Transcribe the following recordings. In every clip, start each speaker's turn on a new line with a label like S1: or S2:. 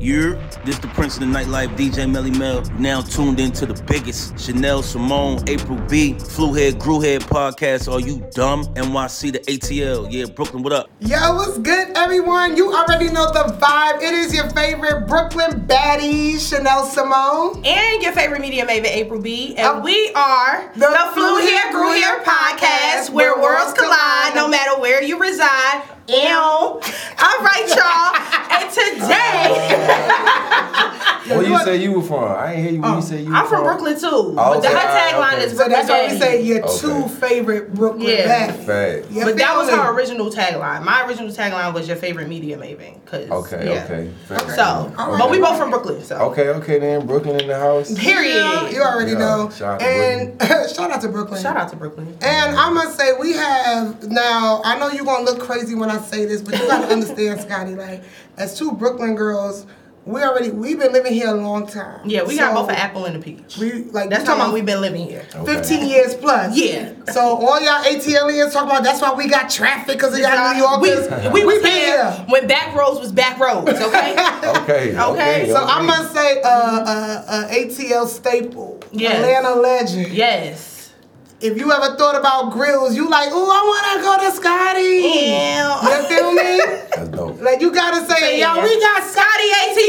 S1: You're this the Prince of the Nightlife, DJ Melly Mel. Now tuned into the biggest Chanel Simone, April B, Fluhead, Grewhead podcast. Are you dumb? NYC the ATL. Yeah, Brooklyn, what up?
S2: Yo, what's good, everyone? You already know the vibe. It is your favorite Brooklyn baddie, Chanel Simone.
S3: and your favorite media maven April B. And
S2: Oh.
S3: we are
S2: The
S3: the, Flew Here, Grew Here podcast, where worlds collide, no matter where you reside. Ew. All right, y'all. and today,
S4: Where you say you were from? I ain't hear you. Where you say you were
S3: Oh, I'm from Brooklyn too. But
S4: okay.
S3: the- her tagline
S4: Okay.
S3: is
S2: So
S3: Brooklyn.
S2: that's why we
S3: Daddy.
S2: say your
S4: Okay.
S2: two favorite Brooklyn
S3: Yeah.
S2: baddies.
S4: Fact.
S2: You
S3: But that
S2: feel
S3: was
S2: me?
S3: her original tagline. My original tagline was your favorite media maven. Cause
S4: Okay,
S3: yeah.
S4: okay. fact.
S3: So,
S2: Alright.
S3: but we both from Brooklyn. So
S4: Okay, okay then. Brooklyn in the house.
S3: period.
S2: Yeah, You already
S4: Yeah,
S2: know.
S4: shout out to
S2: and shout out to Brooklyn.
S3: Shout out to Brooklyn.
S2: And I must say, we have now. I know you're gonna look crazy when I say this, but you gotta understand, Scotty. Like, as two Brooklyn girls, we already we've been living here a long time.
S3: Yeah, we got
S2: So,
S3: both an apple and a peach.
S2: We like
S3: That's
S2: we
S3: how
S2: got
S3: long we've been living here.
S4: Okay.
S2: 15 years plus.
S3: Yeah.
S2: So all y'all ATLians talk about that's why we got traffic because we got New Yorkers.
S3: We, we, was
S2: been
S3: here, when back roads was back roads, okay?
S4: Okay, okay.
S3: Okay,
S2: So
S4: okay.
S2: I must say, uh, uh, uh, ATL staple,
S3: Yes.
S2: Atlanta legend.
S3: yes.
S2: If you ever thought about grills, you like, ooh, I wanna go to Scotty. You
S3: Damn.
S2: feel me?
S4: That's dope.
S2: Like you gotta say,
S3: Yeah.
S2: yo, we got
S3: Scotty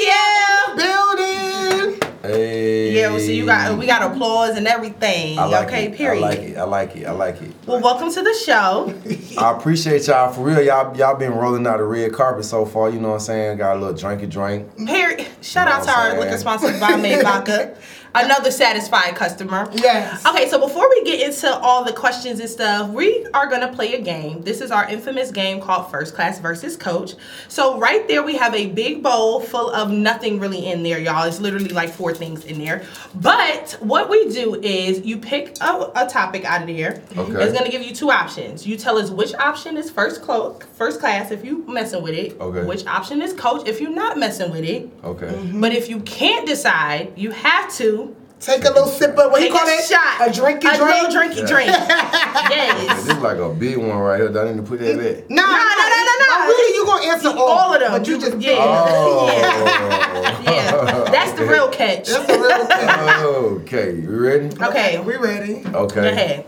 S3: ATL.
S2: building.
S4: Hey.
S3: Yeah, well, so you got we got applause and everything.
S4: I like
S3: okay,
S4: it.
S3: period.
S4: I like it. I like it. I like it.
S3: Well, welcome to the show.
S4: I appreciate y'all for real. Y'all y'all been rolling out the red carpet so far. You know what I'm saying? Got a little drinky drink.
S3: Period. Shout out to
S4: know what I'm
S3: our
S4: saying?
S3: liquor sponsor, by May Vodka. Another satisfied customer.
S2: Yes.
S3: Okay, so before we get into all the questions and stuff, we are gonna play a game. This is our infamous game called First Class versus Coach. So right there, we have a big bowl full of nothing really in there, y'all. It's literally like four things in there. But what we do is you pick a, a topic out of there.
S4: Okay.
S3: It's gonna give you two options. You tell us which option is first clo- first class if you messing with it.
S4: Okay.
S3: Which option is coach if you're not messing with it.
S4: Okay.
S3: But if you can't decide, you have to
S2: Take a little sip of what
S3: take
S2: you call
S3: a
S2: it?
S3: shot.
S2: A drinky
S3: a
S2: drink.
S3: little drinky drink.
S4: Yeah, This
S3: yes.
S4: is like a big one right here. that I need to put that back.
S2: Nah,
S3: Nah, nah, nah, nah, nah.
S2: Like, really, you gonna answer all,
S3: All of them.
S2: But you just
S3: Yeah.
S4: Oh.
S3: Yeah. That's the real catch.
S2: That's a real thing.
S4: Oh, okay. You ready?
S3: Okay.
S2: We ready?
S4: Okay.
S3: Go ahead.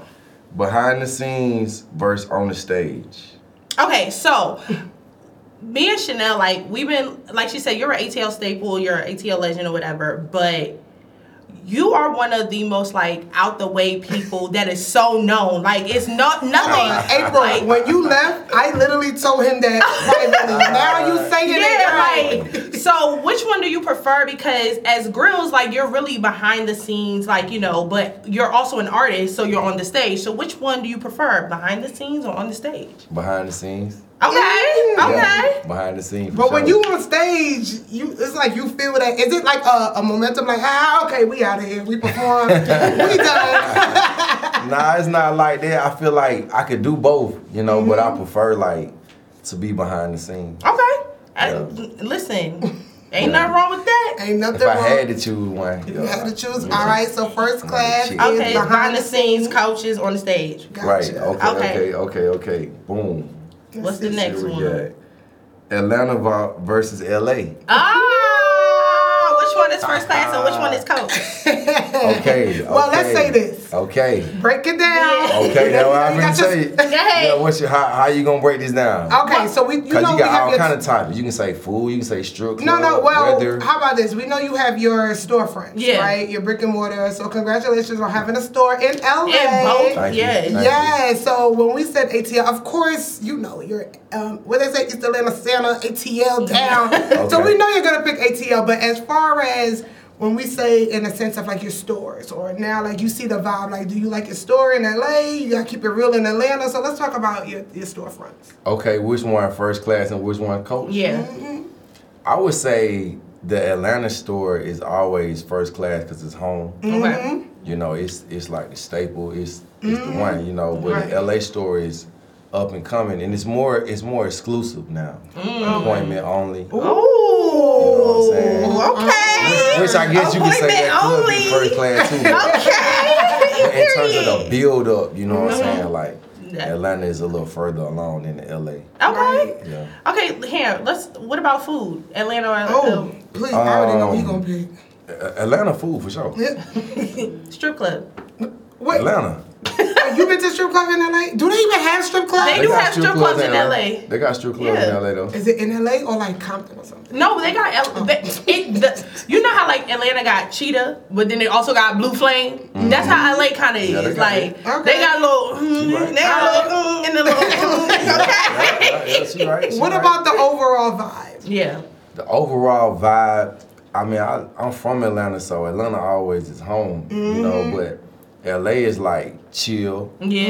S4: Behind the scenes versus on the stage.
S3: Okay, so me and Chanel, like we've been, like she said, you're an ATL staple, you're an ATL legend or whatever, but you are one of the most like out the way people that is so known. Like it's not nothing.
S2: Uh, April,
S3: like,
S2: when you left, I literally told him that privately. now you saying it.
S3: Yeah, like so which one do you prefer? Because as grills, like you're really behind the scenes, like you know, but you're also an artist, so you're on the stage. So which one do you prefer? Behind the scenes or on the stage?
S4: Behind the scenes.
S3: Okay.
S2: Yeah.
S3: Okay.
S4: Yeah, behind the scenes. for
S2: But when
S4: sure.
S2: you on stage, you it's like you feel that. Is it like a, a momentum? Like, ah, okay, we out of here. We perform. we done.
S4: nah, it's not like that. I feel like I could do both, you know, but
S2: Mm-hmm.
S4: I prefer like to be behind the scenes.
S3: Okay. I-
S4: Yeah.
S3: listen, ain't nothing wrong with that.
S2: Ain't nothing
S4: If I
S2: wrong.
S4: had to choose one,
S2: You have to choose.
S4: Yeah.
S2: All right, so first class
S4: Okay,
S2: is
S3: Okay, it's behind the scenes, coaches on the stage.
S4: Right.
S2: Gotcha.
S4: Okay,
S3: Okay.
S4: okay. Okay. Okay. Boom.
S3: What's the
S2: Let's
S3: next
S4: Here we
S3: one?
S4: got Atlanta vo- versus LA.
S3: Ah, which one is first class and which one is coach?
S4: Okay.
S2: Well, let's
S4: okay,
S2: say this.
S4: Okay.
S2: Break it down.
S3: Yeah.
S4: Okay. That's what
S2: You
S4: I'm gonna
S2: got your-
S4: say.
S3: Go ahead.
S4: Yeah. What's your how? How you gonna break this down?
S2: Okay, so we Oh, you
S4: Cause
S2: know
S4: you
S2: we
S4: got
S2: have
S4: all
S2: your
S4: kind of topics. You can say food. You can say strip.
S2: no no
S4: club,
S2: well
S4: weather.
S2: how about this? We know you have your storefronts,
S3: Yeah.
S2: right? Your brick and mortar. So congratulations on having a store in LA.
S3: And both.
S4: Thank you,
S3: Yes.
S4: thank you.
S2: Yeah, so when we said ATL, of course you know you're um, what they say East Atlanta Santa ATL down. So
S4: Okay.
S2: we know you're gonna pick ATL, but as far as when we say in a sense of like your stores or now like you see the vibe, like do you like your store in LA? You gotta keep it real in Atlanta. So let's talk about your, your storefronts.
S4: Okay, which one first class and which one coach?
S3: Yeah.
S4: I would say the Atlanta store is always first class because it's home.
S2: Mm-hmm.
S3: Okay.
S4: You know, it's it's like the staple. It's it's the one. You know, but
S3: Mm.
S2: Right.
S4: the LA store is up and coming, and it's more it's more exclusive now.
S3: Mm.
S4: Appointment only.
S3: Ooh.
S4: saying?
S3: Okay.
S4: Which Oh. I guess you could say that could
S3: Appointment
S4: be first class too. but-
S3: Okay.
S4: but in terms of the
S3: Period. Mm-hmm.
S4: build up, you know what I'm saying? Like
S3: Yeah.
S4: Atlanta is a little further along than LA.
S3: Okay.
S4: Yeah.
S3: Okay, here, let's what about food? Atlanta uh, or
S2: Oh, Please, I already know what you
S4: Um,
S2: gonna pick.
S4: A- Atlanta food for sure.
S2: Yeah.
S3: Strip club.
S2: Wait,
S4: Atlanta.
S2: have you been to strip club in LA? Do they even have strip clubs?
S3: They do have strip clubs in LA.
S4: They got strip clubs
S3: Yeah.
S4: in LA though.
S2: Is it in LA or like Compton or something?
S3: No, they got
S2: Oh.
S3: L- they, it, the, you know how like Atlanta got Cheetah, but then they also got Blue Flame. That's how LA kind of
S4: Mm-hmm. they
S3: is.
S4: got
S3: Like
S2: that. Okay. Oh.
S3: they got little, mm,
S4: right.
S3: they got little, mm, and the little, mm, okay.
S4: Yeah, yeah, yeah, she right, she
S2: What
S4: right.
S2: about the overall vibe?
S3: Yeah,
S4: the overall vibe? I mean, I, I'm from Atlanta, so Atlanta always is home, you know.
S2: Mm-hmm.
S4: But LA is like chill.
S3: yeah,
S4: You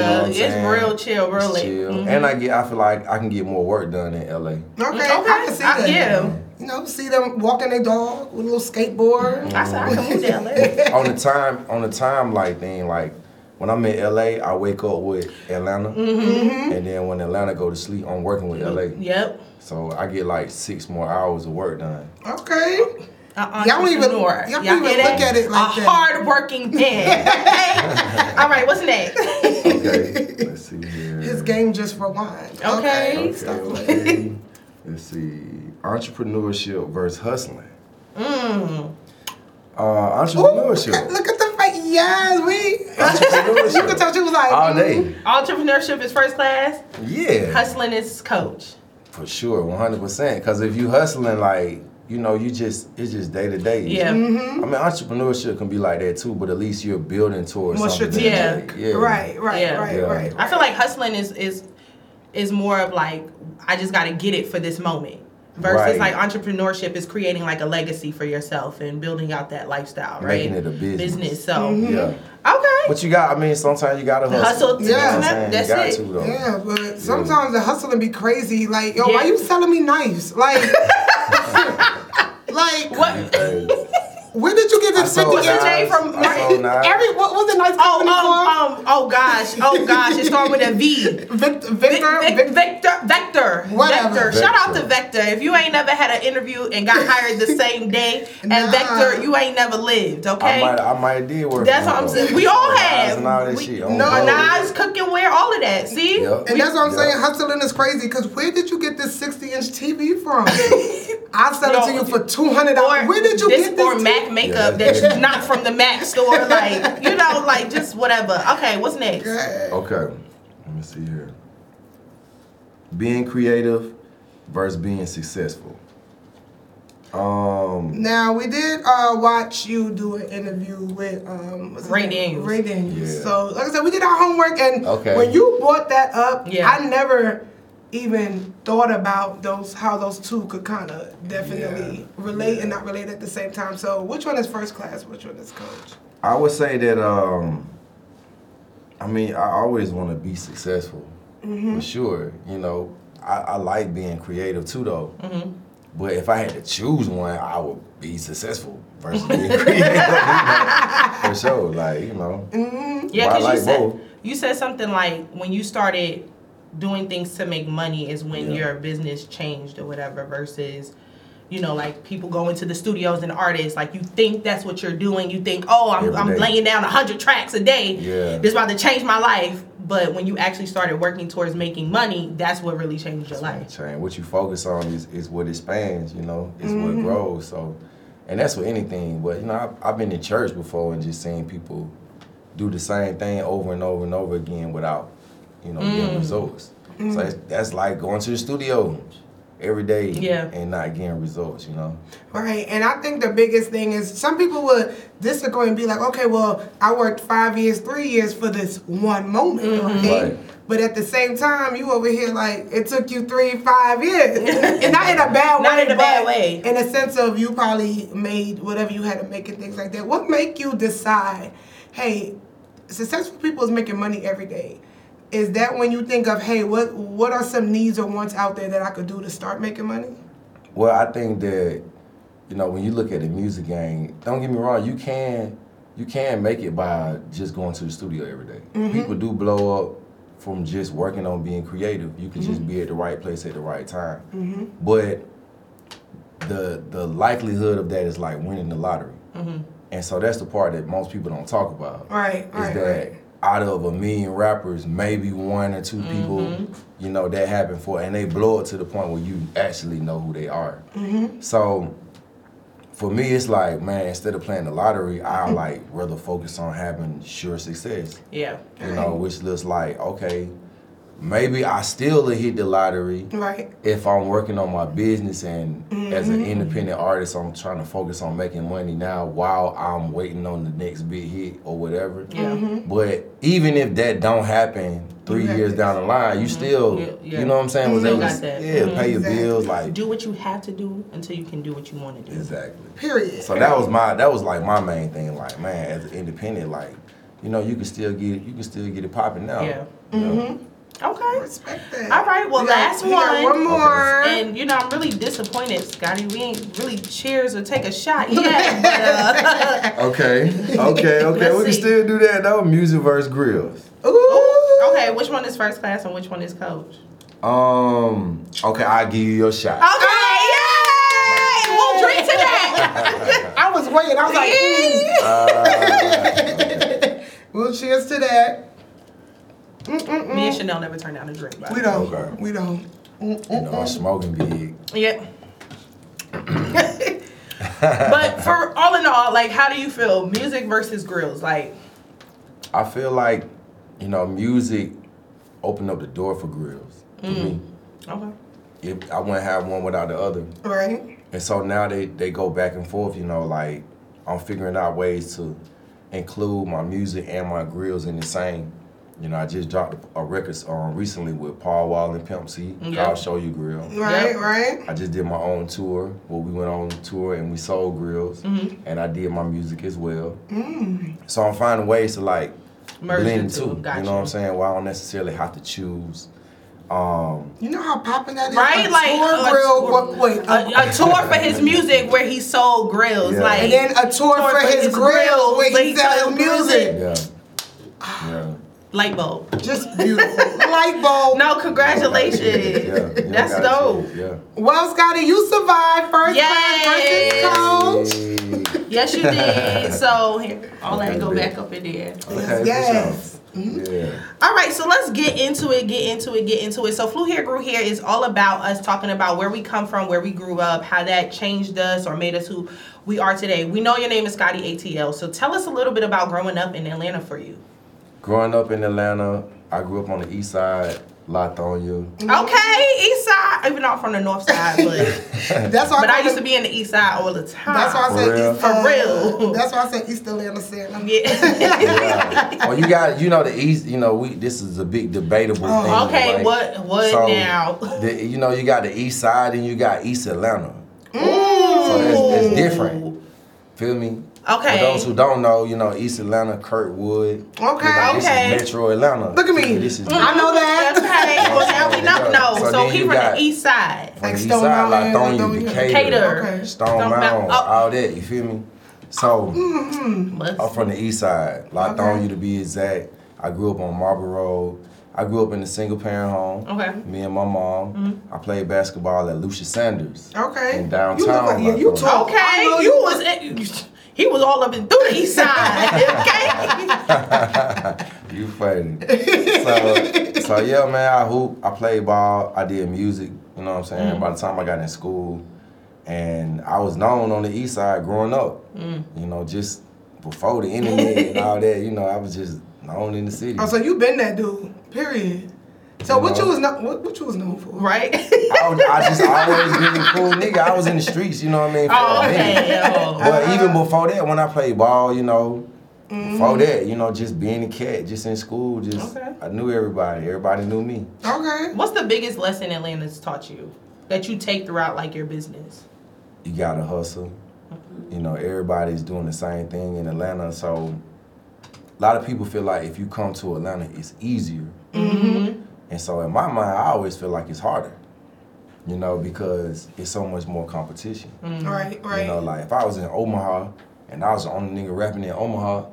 S4: know what I'm
S3: it's
S4: saying?
S3: real chill, real
S4: It's
S3: late.
S4: chill.
S2: Mm-hmm.
S3: Mhm.
S4: And I get, I feel like I can get more work done in LA.
S2: Okay, I
S3: Okay,
S2: can see
S3: I-
S2: that.
S3: yeah.
S2: You know, see them walking their dog with a little skateboard.
S3: I said I can
S4: Mm-hmm.
S3: move to LA.
S4: on the time, on the timeline thing, like when I'm in LA, I wake up with Atlanta,
S2: Mm-hmm.
S4: and then when Atlanta go to sleep, I'm working with LA.
S3: yep.
S4: So I get like six more hours of work done.
S2: Okay. Y'all
S3: Y'all
S2: don't even- y'all don't even look at it like
S3: a
S2: that.
S3: hard-working man. Okay? All right, what's next?
S4: Okay, let's see here.
S2: His game just rewind.
S3: Okay.
S4: Okay,
S2: Stop it.
S4: okay. Let's see. Entrepreneurship versus hustling. Mm. Uh,
S2: Ooh,
S4: entrepreneurship.
S2: Look at the face. Yes, we.
S4: Entrepreneurship.
S2: you could tell she was like
S4: All
S2: mm.
S4: day.
S3: Entrepreneurship is first class.
S4: Yeah.
S3: Hustling is coach.
S4: For sure, 100%. Because if you hustling, like, you know, you just, it's just day to day.
S3: Yeah.
S2: Mm-hmm.
S4: I mean, entrepreneurship can be like that too, but at least you're building towards
S2: More
S4: something.
S3: strategic.
S4: that- yeah.
S2: Right, right,
S3: Yeah.
S2: right,
S4: Yeah.
S2: right.
S3: I feel like hustling is is is more of like I just got to get it for this moment. Versus
S4: Right.
S3: like entrepreneurship is creating like a legacy for yourself and building out that lifestyle, right?
S4: Making it a business.
S3: So
S2: Mm-hmm.
S4: Yeah.
S3: okay,
S4: But you got, I mean, sometimes you got to hustle.
S3: Hustle to
S4: You know
S2: get
S4: what I'm
S2: to-
S4: saying?
S3: that's
S4: you got
S3: it.
S4: to, though.
S2: Yeah, but sometimes the hustling be crazy. Like, yo, why
S3: Yeah.
S2: you selling me knives? Like, like,
S3: what?
S4: Hey,
S2: where did you get
S4: I
S2: this
S4: sold
S2: fifty?
S3: What's his name
S4: knives.
S3: from-
S4: I sold knives.
S2: Every what was the knife
S3: Oh,
S2: company called?
S3: um, um, oh gosh, oh gosh, it started with a V.
S2: Vic-
S3: Vic-
S2: Victor,
S3: Vic-
S2: Vic-
S3: Vector, Vector,
S2: Whatever.
S3: Vector. Shout out to
S4: Vector.
S3: Vector. If you ain't never had an interview and got hired the same day, and
S2: Nah.
S3: Vector, you ain't never lived.
S4: I
S3: Okay,
S4: might, I might did work.
S3: That's
S4: on
S3: what I'm
S4: those.
S3: saying. We all
S4: Knives
S3: have.
S4: And all that
S3: We-
S4: shit.
S2: No,
S4: both.
S2: knives.
S3: Nas, cookware, all of that. See,
S4: Yep.
S2: And that's what I'm
S4: Yeah.
S2: saying. Hustling is crazy because where did you get this 60 inch TV from? I sell it to you
S3: Yo,
S2: for two hundred dollars.
S3: or
S2: Where did you
S3: this
S2: get
S3: or
S2: this?
S3: Mac
S2: TV?
S3: makeup
S4: Yeah,
S3: that's
S4: that's-
S3: not from the Mac store? Like you know, like just whatever. Okay, what's next?
S4: Okay, let me see here. Being creative versus being successful. Um,
S2: Now we did uh, watch you do an interview with um, what's his
S3: Ray
S2: name?
S3: Daniels.
S2: Ray Daniels.
S4: Yeah.
S2: So like I said, we did our homework, and
S4: Okay.
S2: when you brought that up,
S3: Yeah.
S2: I never even thought about those how those two could kind of definitely
S4: Yeah.
S2: relate and not relate at the same time. So which one is first class? Which one is coach?
S4: I would say that um, I mean, I always want to be successful
S3: Mm-hmm.
S4: for sure. You know, I, I like being creative too, though.
S3: Mm-hmm.
S4: But if I had to choose one, I would be successful versus being creative. you know, for sure, like you know,
S3: Yeah,
S4: Well, I
S3: because you
S4: like
S3: said
S4: both.
S3: you said something like when you started doing things to make money is when
S4: Yeah.
S3: your business changed or whatever versus you know like people go into the studios and artists like you think that's what you're doing you think oh i'm,
S4: Every
S3: I'm
S4: day.
S3: laying down 100 tracks a day
S4: Yeah.
S3: this about to change my life but when you actually started working towards making money that's what really changed your life
S4: change. What you focus on is, is what expands. You know, is what grows. So, and that's with anything. But you know, I've, I've been in church before and just seen people do the same thing over and over and over again without, you know, getting results. So that's, that's like going to the studio every day
S3: Yeah.
S4: and not getting results. You know.
S2: Right, and I think the biggest thing is some people would disagree and be like, okay, well, I worked five years, three years for this one moment,
S3: Mm-hmm.
S2: right?
S4: Right.
S2: But at the same time, you over here like it took you three, five years, and not in a bad way,
S3: Not in a bad
S2: but
S3: way.
S2: in a sense of you probably made whatever you had to make and things like that. What make you decide, hey, successful people is making money every day? Is that when you think of, hey, what what are some needs or wants out there that I could do to start making money?
S4: Well, I think that you know when you look at the music game. Don't get me wrong. You can you can make it by just going to the studio every day. People do blow up from just working on being creative. You can just be at the right place at the right time. But the the likelihood of that is like winning the lottery. And so that's the part that most people don't talk about
S2: Right,
S4: is
S2: right,
S4: that
S2: right.
S4: out of a million rappers, maybe one or 2 people,
S2: Mm-hmm.
S4: you
S2: Mm-hmm.
S4: know, that happen for, and they blow it to the point where you actually know who they are. So for me, it's like, man, instead of playing the lottery, I
S2: Mm-hmm.
S4: like rather focus on having sure success.
S3: Yeah.
S4: You know, which looks like, okay, maybe I still hit the lottery
S2: Right.
S4: if I'm working on my business and as an
S2: Mm-hmm.
S4: independent artist, I'm trying to focus on making money now while I'm waiting on the next big hit or whatever.
S3: Yeah. Mhm.
S4: But even if that don't happen three
S2: have
S4: years
S2: this.
S4: down the line, you still,
S3: Mm-hmm. Yeah, yeah.
S4: you know what I'm saying? Was
S3: Still
S4: able to-
S3: got that.
S4: Yeah, pay your
S2: Exactly.
S4: bills like
S3: Do what you have to do until you can do what you want to do.
S4: exactly.
S2: Period.
S4: So that was my that was like my main thing. Like man, as an independent, like you know, you can still get you can still get it popping now.
S3: Yeah. Mm-hmm.
S4: You know?
S2: Mm-hmm.
S3: Okay.
S2: Respect that.
S3: All right, well,
S2: We got-
S3: last
S2: we got
S3: one.
S2: one more.
S3: And you know, I'm really disappointed, Scotty. We ain't really cheers or take a shot yet. but,
S4: Okay. Okay. Okay.
S3: Let's
S4: we can
S3: see.
S4: still do that though. Music versus grills.
S2: Ooh.
S3: uh, okay, which one is first class and which one is coach?
S4: Um. Okay, I give you your shot.
S3: Okay, yay! We'll drink to that.
S2: I was waiting. I was like, mm.
S3: Yay!
S4: Uh,
S2: well, cheers to that.
S3: Me and Chanel never turn down a drink.
S2: We don't.
S4: Okay.
S2: We don't. Mm,
S4: You know, I'm smoking big.
S3: Yeah. but for all in all, like, how do you feel? Music versus grills, like,
S4: I feel like, you know, music opened up the door for grills. For me,
S3: Mm. okay,
S4: It- I wouldn't have one without the other.
S2: Right.
S4: And so now they, they go back and forth, you know, like I'm figuring out ways to include my music and my grills in the same. You know, I just dropped a record um, recently with Paul Wall and Pimp C.
S3: Yeah.
S4: I'll show you grill.
S2: Right.
S3: Yeah.
S2: Right.
S4: I just did my own tour where we went on tour and we sold grills
S3: Mm-hmm.
S4: and I did my music as well. So I'm finding ways to like
S3: Mm. Merge the
S4: blend
S3: two,
S4: too.
S3: gotcha.
S4: You know what I'm saying? Where I don't necessarily have to choose. Um,
S2: You know how popping that is.
S3: right?
S2: A
S3: Like,
S2: tour
S3: a-
S2: grill. what- wait. a-
S3: a, a tour for his music where he sold grills,
S4: Yeah.
S3: like,
S2: and then a tour, for, his, grill where
S3: but
S2: he sells music.
S4: Yeah.
S3: Ah.
S4: Yeah.
S3: Light bulb.
S2: Just beautiful. Light bulb.
S3: No, congratulations.
S4: Yeah. You don't
S3: That's
S4: gotta
S3: dope.
S4: choose, Yeah.
S2: Well, Scotty, you survived first
S3: Yes.
S2: class versus coach.
S4: Hey.
S3: Yes, you did. So here, all that
S4: Okay,
S3: go
S4: big.
S3: back up in there.
S4: Okay, for
S2: Yes. Mm-hmm.
S4: sure. Yeah.
S3: All right, so let's get into it, get into it, get into it. So, Flew Here, Grew Here is all about us talking about where we come from, where we grew up, how that changed us or made us who we are today. We know your name is Scotty ATL, so tell us a little bit about growing up in Atlanta for you.
S4: Growing up in Atlanta, I grew up on the east side, Latonia.
S3: Mm-hmm. Okay, East Side, even though I'm from the North Side, but,
S2: That's why
S3: but I
S2: call
S3: used
S2: it-
S3: to be in the East Side all the time.
S2: That's why I
S4: For
S2: said
S4: real?
S2: East,
S3: For real.
S2: That's why I said East Atlanta Santa.
S3: Yeah.
S4: Yeah. well, you got, you know, the east, you know, we this is a big debatable
S2: Oh.
S4: thing.
S3: okay,
S4: right?
S3: what- what
S4: So,
S3: now?
S4: the- you know, you got the east side and you got East Atlanta. So it's, it's different. Feel me?
S3: Mm. Okay.
S4: For those who don't know, you know, East Atlanta, Kurtwood. Okay,
S2: Okay,
S3: okay. Mm.
S4: This is Metro Atlanta.
S2: Look at me.
S4: This is
S2: I know that.
S3: Okay, well, now we know. No,
S4: So
S3: so,
S4: then
S3: he
S4: you
S3: from
S4: got-
S3: the East Side.
S4: From
S2: Like
S4: the east
S2: Stone
S4: side, like
S2: Mountain,
S4: Thorny,
S2: Latonia.
S4: Decatur,
S3: Cater.
S2: Okay.
S4: Stone
S3: Stone
S4: Mountain,
S3: Mountain. Oh.
S4: all that. You feel me?
S2: Mm.
S4: So
S3: Must-
S4: I'm from the east side, Latonia to be exact. I grew up on Marble Road. I grew up in a single parent home.
S3: Okay.
S4: Me and my mom. I played basketball at Lucia Sanders.
S2: Mm-hmm. Okay.
S4: In downtown.
S2: You look like- yeah, you
S4: Latonia.
S2: talk- I
S3: Okay,
S2: know
S3: you
S2: you-
S3: was in, he was all up and through the east side. Okay,
S4: You funny. so, so yeah, man. I hoop. I played ball. I did music. You know what I'm
S3: Mm.
S4: saying. By the time I got in school, and I was known on the east side growing up.
S3: Mm.
S4: You know, just before the internet and all that. You know, I was just known in the city.
S2: Oh, so you been that dude. Period. So what
S4: No.
S2: you was not what, what you was known for?
S3: right?
S4: I, was- I just always been a cool nigga. I was in the streets. You know what I mean? for a
S3: Oh,
S4: minute.
S3: okay. oh.
S4: But even before that, when I played ball, you know, before that, you know, just being a cat, just in school, just
S3: Mm-hmm. Okay.
S4: I knew everybody. Everybody knew me.
S2: Okay.
S3: What's the biggest lesson Atlanta's taught you that you take throughout like your business?
S4: you gotta hustle. You know, everybody's doing the same thing in Atlanta, so a lot of people feel like if you come to Atlanta, it's easier. And so in my mind, I always feel like it's harder. You know, because it's so much more competition.
S3: Mm-hmm.
S2: Right, right.
S4: You know, like if I was in Omaha and I was the only nigga rapping in Omaha,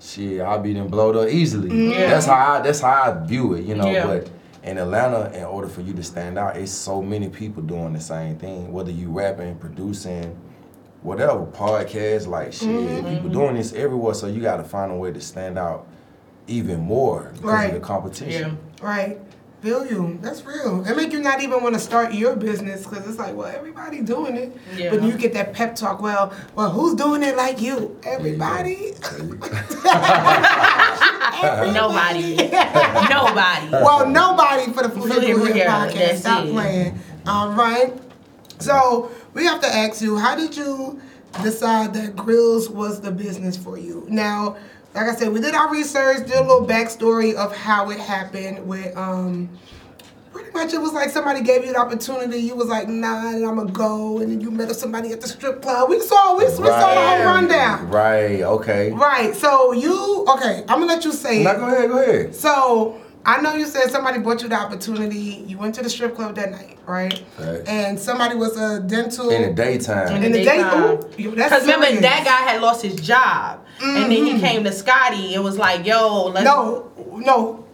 S4: shit, I'd be done blowed up easily.
S2: Mm-hmm.
S3: Yeah.
S4: That's how I that's how I view it, you know.
S3: Yeah.
S4: But in Atlanta, in order for you to stand out, it's so many people doing the same thing. Whether you rapping, producing, whatever, podcasts, like shit,
S2: Mm-hmm.
S4: people doing this everywhere. So you gotta find a way to stand out even more because
S2: Right.
S4: of the competition.
S2: right. Feel you. That's real. It make you not even want to start your business because it's like, well, everybody doing it.
S3: Yeah.
S2: But you get that pep talk. Well, well, who's doing it like you?
S4: There you go.
S2: Everybody.
S4: There you go.
S3: Nobody. Nobody.
S2: well, nobody for the Food
S3: Food
S2: Hero
S3: Hero,
S2: podcast.
S3: that's
S2: Stop
S3: it.
S2: playing. All right. So we have to ask you, how did you decide that grills was the business for you? Now, like I said, we did our research, did a little backstory of how it happened with um pretty much it was like somebody gave you an opportunity, you was like, nah, and I'ma go, and then you met up somebody at the strip club. We saw we, we saw the whole rundown.
S4: Right. Okay.
S2: Right. So you okay, I'm gonna let you say
S4: Now
S2: it.
S4: go ahead. Go ahead.
S2: So I know you said somebody bought you the opportunity. You went to the strip club that night, right?
S4: Right.
S2: And somebody was a dental.
S4: In the daytime.
S2: In the day- ooh, that's
S3: Because
S2: serious.
S3: remember,
S2: Mm-hmm.
S3: that guy had lost his job. And then he came to Scotty and was like, yo, let's.
S2: no, no,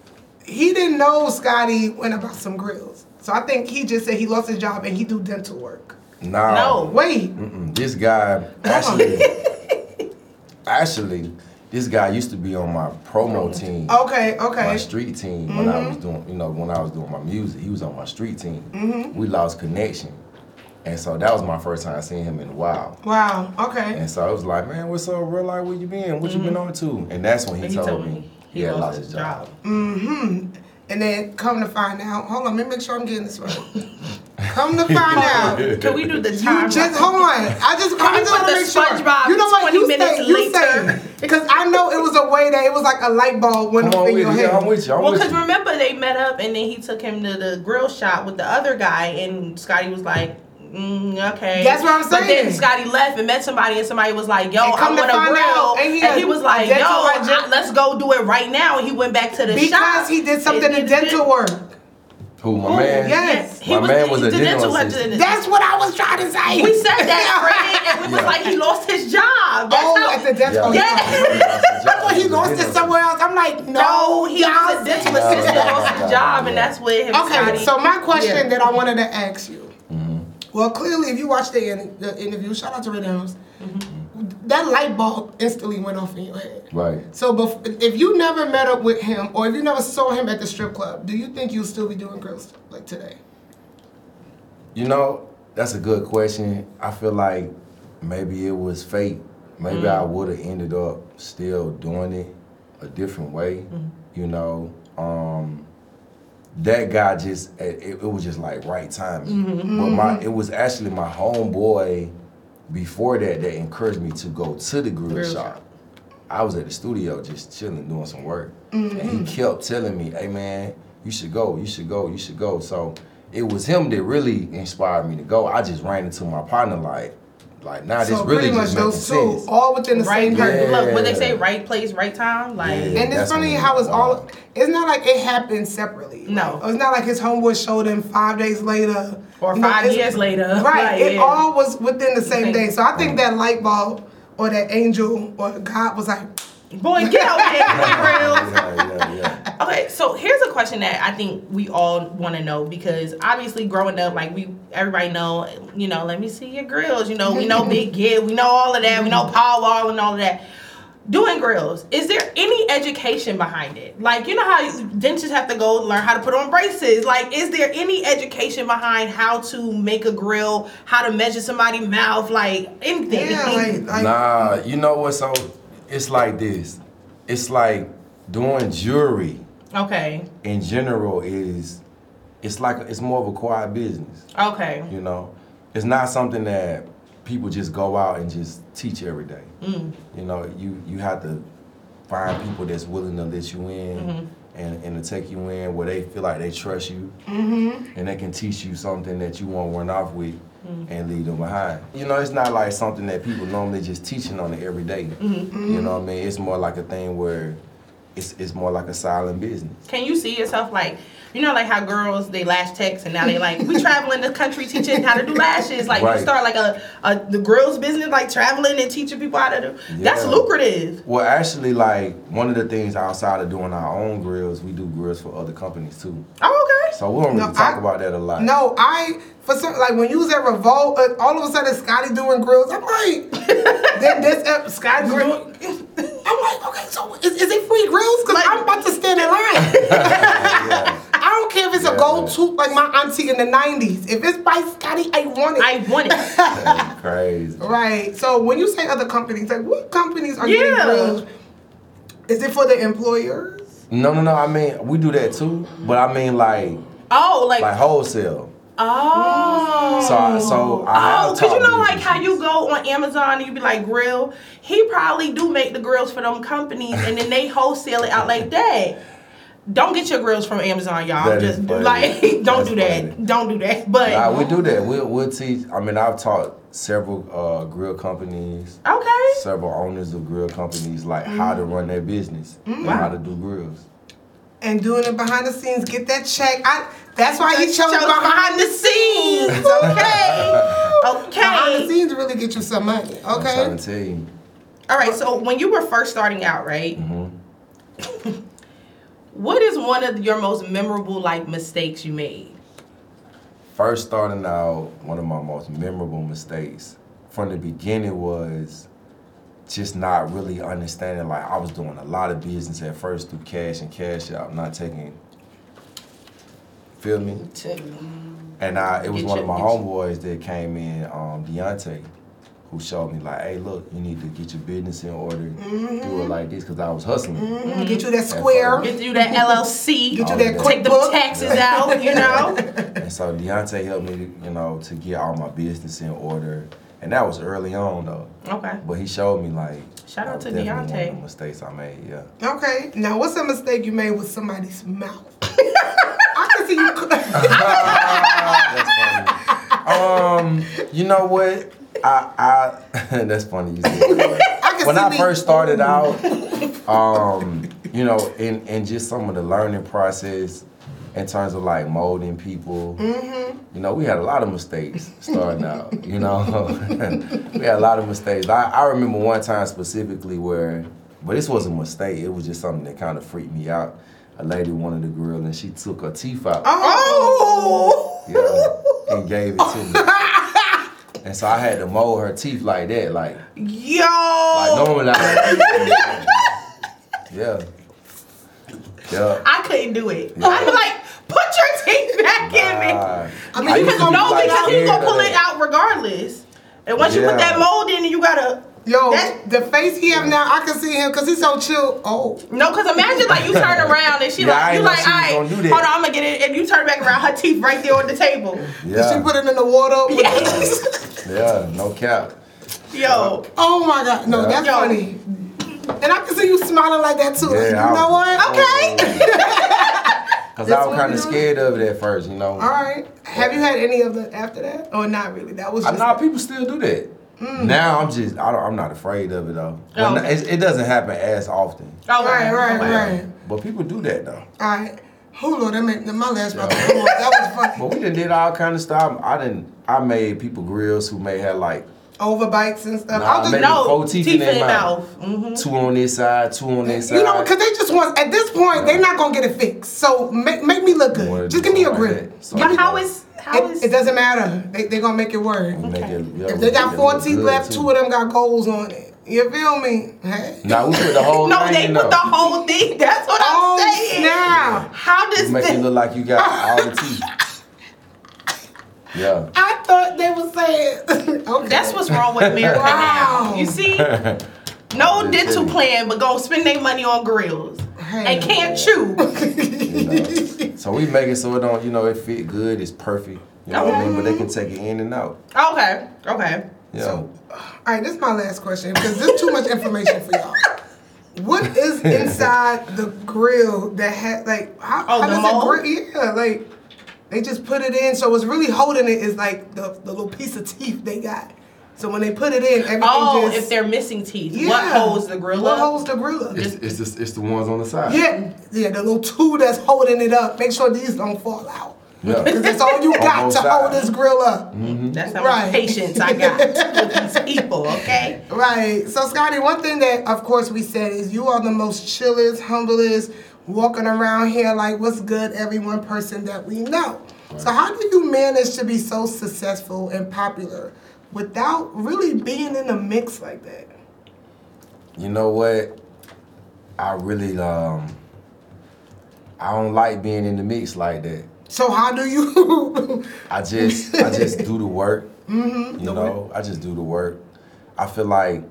S2: he didn't know Scotty went about some grills. So I think he just said he lost his job and he do dental work.
S4: Nah.
S3: No.
S2: Wait,
S4: Mm-mm. This guy actually, actually, this guy used to be on my promo team,
S2: okay, okay.
S4: my street team when I was doing, you know, when I was doing my music. He was on my street team. We lost connection, and so that was my first time seeing him in a while.
S2: Wow, okay.
S4: And so I was like, man, what's up, real life? Where you been? What you been on to? And that's when he,
S3: And he
S4: told,
S3: told
S4: me
S3: me he
S4: he, had
S3: lost
S4: lost
S3: his
S4: his job.
S2: And then come to find out, hold on, let me make sure I'm getting this right. come to find out.
S3: Can we do the time?
S2: You just hold on. I just I
S3: we
S2: just want
S3: put
S2: to
S3: the
S2: make sure.
S3: SpongeBob
S2: You know what?
S3: 20
S2: You
S3: minutes
S2: say you
S3: later?
S2: say because I know it was a way that it was like a light bulb went
S4: Come
S2: off
S4: on
S2: in
S4: with
S2: your
S4: you. Yeah, I'm
S2: head.
S4: with you. I'm
S3: Well,
S4: with
S3: because
S4: you.
S3: remember they met up and then he took him to the grill shop with the other guy and Scotty was like, mm, okay.
S2: That's what I'm
S3: But
S2: saying.
S3: then Scotty left and met somebody and somebody was like, yo,
S2: And
S3: I
S2: come to
S3: want a
S2: find
S3: grill.
S2: out, and he had
S3: was like, yo,
S2: dental hygiene-
S3: I- let's go do it right now. And he went back to the shop.
S2: Because he did something
S3: And he
S2: in dental
S3: did-
S2: work.
S4: Who, my man?
S2: yeah.
S3: Yes, he
S4: My
S3: was,
S4: man
S3: he
S4: was a
S3: did
S4: dental
S3: dental
S4: assistant.
S3: hygienist.
S2: That's what I was trying to say.
S3: we said that, Fred, and we was
S4: Yeah.
S3: like, he lost his job. That's
S2: Oh,
S3: how-
S2: at the dental.
S3: Yeah.
S2: I thought he lost it somewhere else. I'm like, no,
S3: No, he was a dental assistant, lost his job, and that's where him. and
S2: Okay,
S3: Scotty-
S2: so my question
S3: Yeah.
S2: that I wanted to ask you.
S4: Mm-hmm.
S2: Well, clearly, if you watched the, in, the interview, shout out to Red Adams,
S3: Mm-hmm.
S2: that light bulb instantly went off in your head.
S4: Right.
S2: So, bef- if you never met up with him, or if you never saw him at the strip club, do you think you'll still be doing girls like today?
S4: You know, that's a good question. I feel like maybe it was fate. Maybe I would have ended up still doing it a different way. You know, um, that guy just it, it it was just like right timing.
S2: Mm-hmm.
S4: But my it was actually my homeboy before that that encouraged me to go to the grill,
S3: Grill
S4: shop.
S3: shop.
S4: I was at the studio just chilling, doing some work.
S2: Mm-hmm.
S4: And he kept telling me, hey man, you should go, you should go, you should go. So it was him that really inspired me to go. I just ran into my partner like, like now
S2: so
S4: this really
S2: pretty much
S4: just making
S2: those two,
S4: sense.
S2: all within the
S3: right.
S2: same person.
S3: Look, what they
S4: Yeah.
S3: say, right place, right time. Like,
S4: Yeah.
S2: And it's
S4: That's
S2: funny
S4: when-
S2: how it's all.
S4: wow.
S2: It's not like it happened separately.
S3: No.
S2: Like, it's not like his homeboy showed him five days later
S3: Or
S2: You know,
S3: five
S2: it's-
S3: years later.
S2: Right.
S3: Like,
S2: it
S3: yeah.
S2: all was within the same
S3: Same.
S2: day. So I think that light bulb or that angel or God was like,
S3: boy, get out there, grill.
S4: yeah, yeah, yeah.
S3: Okay, so here's a question that I think we all want to know because obviously growing up, like we everybody know, you know, let me see your grills. You know, we know Big Gib, we know all of that, we know Paul Wall and all of that. Doing grills, is there any education behind it? Like you know how dentists have to go learn how to put on braces. Like, is there any education behind how to make a grill, how to measure somebody's mouth, like anything?
S2: yeah, like, like
S4: nah, you know what? So it's like this. It's like doing jewelry
S3: okay,
S4: in general is, it's like it's more of a quiet business.
S3: okay,
S4: You know, it's not something that people just go out and just teach every day. You know, you you have to find people that's willing to let you in and, and to take you in where they feel like they trust you and they can teach you something that you won't run off with and leave them behind. You know, it's not like something that people normally just teaching on it every day. You know what I mean? It's more like a thing where it's, it's more like a silent business.
S3: Can you see yourself like, you know, like how girls they lash techs and now they like we traveling the country teaching how to do lashes. Like
S4: Right.
S3: you start like a, a the girls business like traveling and teaching people how to do. That's
S4: Yeah.
S3: lucrative.
S4: Well, actually, like one of the things outside of doing our own grills, we do grills for other companies too.
S3: Oh, okay.
S4: So we don't really
S2: No,
S4: talk
S2: I-
S4: about that a lot.
S2: No, I for some like when you was at Revolt, uh, all of a sudden Scotty doing grills. I'm like, then this uh, Scotty grill. I'm like, okay, so is, is it free grills? Because I'm about to stand in line. I don't care if it's hoop like my auntie in the 90s. If it's by Scotty, I want it.
S3: I want it.
S4: That's crazy.
S2: Right. So when you say other companies, like what companies are
S3: Yeah.
S2: getting grilled? Is it for the employers?
S4: No, no, no. I mean, we do that too, but I mean like
S3: Oh, like,
S4: like wholesale.
S3: oh.
S4: So, I, so I
S3: Oh,
S4: have
S3: cause you
S4: taught
S3: know, like
S4: businesses.
S3: how you go on Amazon and you be like grill. He probably do make the grills for them companies, and then they wholesale it out like that. Don't get your grills from Amazon, y'all.
S4: That is
S3: Just do,
S4: funny.
S3: like don't
S4: That's
S3: do that.
S4: funny.
S3: Don't do that. But
S4: Nah, we do that. We'll, we'll teach. I mean, I've taught several uh, grill companies,
S3: okay, Mm-hmm.
S4: several owners of grill companies, like how to run their business and how to do grills.
S2: And doing it behind the scenes, get that check. I that's why he chose,
S3: Shows
S2: behind,
S3: behind the scenes.
S2: behind the
S3: Okay, okay.
S2: scenes really get you some money.
S4: I'm trying
S2: Okay.
S4: to tell you.
S3: All right. So when you were first starting out, right? Mm-hmm. what is one of your most memorable like mistakes you made?
S4: First starting out, one of my most memorable mistakes from the beginning was just not really understanding. Like I was doing a lot of business at first through cash and cash out, not taking. Feel me? And I, it was
S3: Get
S4: one
S3: you-
S4: of my
S3: get you-
S4: homeboys that came in, um, Deontay, who showed me like, hey, look, you need to get your business in order, do
S3: Mm-hmm.
S4: it like this, because I was hustling.
S2: Mhm. Get you that square.
S3: Get you that LLC.
S2: Get you
S4: All
S2: that
S4: that.
S2: quick
S3: take them
S2: book.
S3: taxes out, you know?
S4: And so Deontay helped me, you know, to get all my business in order, and that was early on though.
S3: Okay.
S4: But he showed me like.
S3: Shout
S4: that
S3: out
S4: was
S3: to
S4: definitely one of
S3: Deontay.
S4: the mistakes I made, yeah.
S2: Okay. Now what's a mistake you made with somebody's mouth? I can see you
S4: Um, you know what? I, I that's funny you said. that.
S2: I can
S4: when
S2: see
S4: I
S2: me-
S4: first started out, um, you know, and and just some of the learning process in terms of like molding people. You know, we had a lot of mistakes starting out. You know, we had a lot of mistakes. I, I remember one time specifically where, but this was a mistake. It was just something that kind of freaked me out. A lady wanted to grill and she took her teeth out
S2: Oh,
S4: yeah, and gave it to me. and so I had to mold her teeth like that, like
S3: Yo!
S4: like normally. I yeah, yeah.
S3: I couldn't do it. I'm like, put your teeth back in me.
S4: Uh,
S2: I mean, you
S4: used
S2: can
S4: to be,
S2: be
S3: No,
S4: like,
S3: because he's
S4: scared
S3: gonna
S4: of
S3: pull it
S4: that.
S3: out regardless. And once you put that
S4: Yeah.
S3: mold in, you gotta.
S2: yo,
S3: That-
S2: the face he have now, I can see him because he's so chill. Oh,
S3: No, because imagine like you turn around and she
S4: Yeah, I
S3: like, you
S4: ain't know
S3: like,
S4: she
S3: all
S4: was
S3: right,
S4: gonna do that.
S3: hold on, I'm gonna get it. And you turn back around, her teeth right there on the table.
S2: did she
S4: Yeah,
S2: put it in the water? with-
S3: Yes.
S4: yeah, no cap.
S3: Yo.
S2: Oh my god, no,
S4: Yeah.
S2: that's
S3: Yo.
S2: funny. And I can see you smiling like that too. like,
S4: Yeah,
S2: you know
S4: I-
S2: what? Okay.
S4: Cause I was
S2: what
S4: kind
S2: we
S4: of
S2: doing?
S4: scared of it at first, you know.
S2: All right. Have you had any of the after that? Or Oh, not really? That was
S4: I
S2: just.
S4: know people still do that.
S2: Mm.
S4: Now I'm just I don't I'm not afraid of it though.
S3: Oh,
S4: Well,
S3: okay.
S4: it, it doesn't happen as often.
S3: Oh,
S2: Right, right, right.
S4: But people do that though.
S2: All right. Oh Lord, that made my last mouth. Come on, that was funny.
S4: But we done did all kind of stuff. I didn't. I made people grills who may have like
S2: Overbites and stuff.
S4: Nah,
S2: I'll just
S4: maybe
S2: know.
S3: No,
S4: four teeth, in their mouth.
S3: Mhm.
S4: Two on this side, two on this
S2: Mm-hmm.
S4: side.
S2: You know, because they just want. At this point, they're not gonna get it fixed. So make, make me look
S4: Wanted
S2: good.
S4: to
S2: Just
S4: do
S2: give me a
S4: something like
S2: grip.
S4: that. So
S3: But
S4: you
S3: how
S4: know,
S3: is how is
S2: It, it doesn't matter. They they gonna make it work.
S4: we make it- yeah,
S2: If they
S4: we make
S2: got
S4: it
S2: four
S4: look
S2: teeth
S4: good,
S2: left,
S4: too.
S2: two of them got goals on it. You feel me? Hey.
S4: Nah, we put the whole
S3: No,
S4: thing
S3: they
S4: in
S3: put
S4: up.
S3: the whole thing. That's what I'm
S2: Oh
S3: saying.
S2: snap!
S3: How does
S4: We make it
S3: this?
S4: look like you got all the teeth. Yeah.
S2: I thought they were saying. okay.
S3: That's what's wrong with America
S2: Wow.
S3: now. You see, no
S4: This
S3: dental
S4: is-
S3: plan, but go spend their money on grills
S2: Hey.
S3: and can't chew.
S4: you know. So we make it so it don't, you know, it fit good, it's perfect. You know what I mean? But they can take it in and out.
S3: Okay, okay.
S4: Yeah.
S2: All right, this is my last question because this is too much information for y'all. What is inside the grill that had like how,
S3: Oh,
S2: how
S3: the
S2: does
S3: mold?
S2: it grill? Yeah, like they just put it in. So what's really holding it is like the, the little piece of teeth they got. So when they put it in, everything
S3: Oh,
S2: just
S3: if they're missing teeth,
S2: yeah.
S3: what holds the grill
S2: What
S3: up?
S2: holds the grill up?
S4: it's just it's the ones on the side.
S2: Yeah, yeah, the little two that's holding it up. Make sure these don't fall out.
S4: Yeah.
S2: Cause that's all you
S4: On
S2: got
S4: both
S2: to hold
S4: sides.
S2: this grill up.
S3: That's how
S2: Right.
S3: much patience I got with these people. Okay.
S2: Right. So, Scotty, one thing that, of course, we said is you are the most chillest, humblest, walking around here like what's good, everyone person that we know. So, how do you manage to be so successful and popular without really being in the mix like that?
S4: You know what? I really um I don't like being in the mix like that.
S2: So how do you?
S4: I just I just do the work. You know, I just do the work. I feel like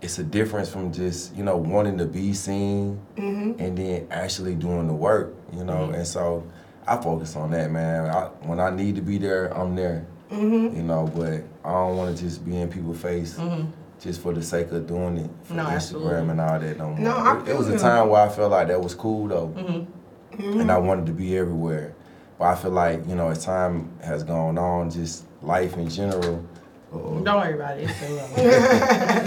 S4: it's a difference from just you know wanting to be seen and then actually doing the work. You know, and so I focus on that, man. I, when I need to be there, I'm there. You know, but I don't want to just be in people's face. Just for the sake of doing it for
S3: No,
S4: Instagram
S3: absolutely.
S4: and all that, no more.
S2: No, I
S4: it, it was
S2: feel
S4: a
S2: you.
S4: time where I felt like that was cool though and I wanted to be everywhere. But I feel like you know, as time has gone on, just life in general, uh,
S3: Don't worry about it. It's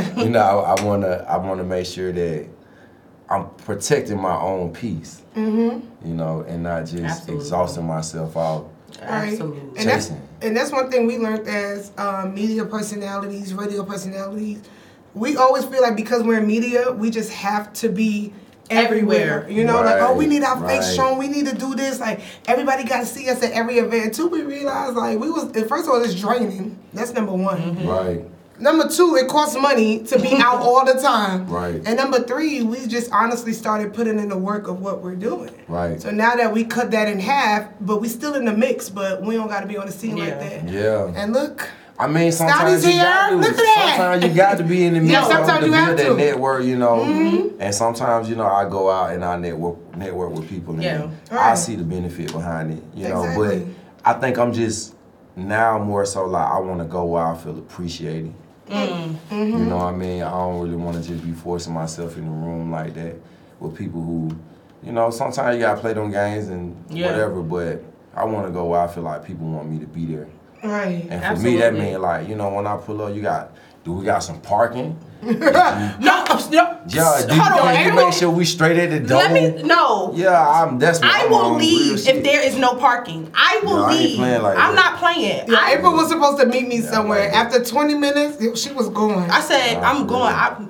S3: still
S4: you know, I, I wanna I wanna make sure that I'm protecting my own peace, you know, and not just
S3: Absolutely.
S4: exhausting myself out.
S2: Right.
S3: Absolutely.
S2: And that's
S4: Jason.
S2: and that's one thing we learned as um, media personalities, radio personalities. We always feel like because we're in media, we just have to be everywhere.
S3: Everywhere.
S2: You know, like oh, we
S4: Right,
S2: need our face
S4: right.
S2: shown. We need to do this. Like everybody got to see us at every event. Two, we realized like we was first of all, it's draining. That's number one.
S4: Right.
S2: Number two, it costs money to be out all the time.
S4: Right.
S2: And number three, we just honestly started putting in the work of what we're doing.
S4: Right.
S2: So now that we cut that in half, but we still in the mix, but we don't got to be on the scene like
S3: Yeah.
S2: that.
S4: Yeah.
S2: And look,
S4: I mean, sometimes you
S2: here.
S4: got to.
S2: Look at that.
S4: Sometimes you got to be in the middle
S2: sometimes
S4: to
S2: you
S4: build
S2: have
S4: that
S2: to. Mm-hmm.
S4: network, you know. And sometimes, you know, I go out and I network network with people, and
S3: Yeah.
S2: Right.
S4: I see the benefit behind it, you know.
S2: Exactly.
S4: But I think I'm just now more so like I want to go where I feel appreciated.
S2: Mm-hmm.
S4: You know what I mean? I don't really want to just be forcing myself in the room like that with people who, you know, sometimes you gotta play them games and
S3: Yeah.
S4: whatever. But I want to go where I feel like people want me to be there.
S2: right.
S4: And for me, that
S3: Absolutely.
S4: mean like you know when I pull up, you got do we got some parking?
S3: No, no.
S4: Yeah, do you,
S3: Hold on.
S4: can you
S3: everyone-
S4: make sure we straight at the door?
S3: Let me. No.
S4: yeah, I'm. That's what
S3: I
S4: I'm
S3: will
S4: on, real
S3: leave if
S4: shit.
S3: there is no parking. I will
S4: No, I ain't
S3: leave.
S4: playing like
S3: I'm
S4: that.
S3: not playing.
S2: Yeah,
S3: I,
S2: April was supposed to meet me somewhere.
S4: like-
S2: After 20 minutes, it- she was going.
S3: I said I'm going. I'm,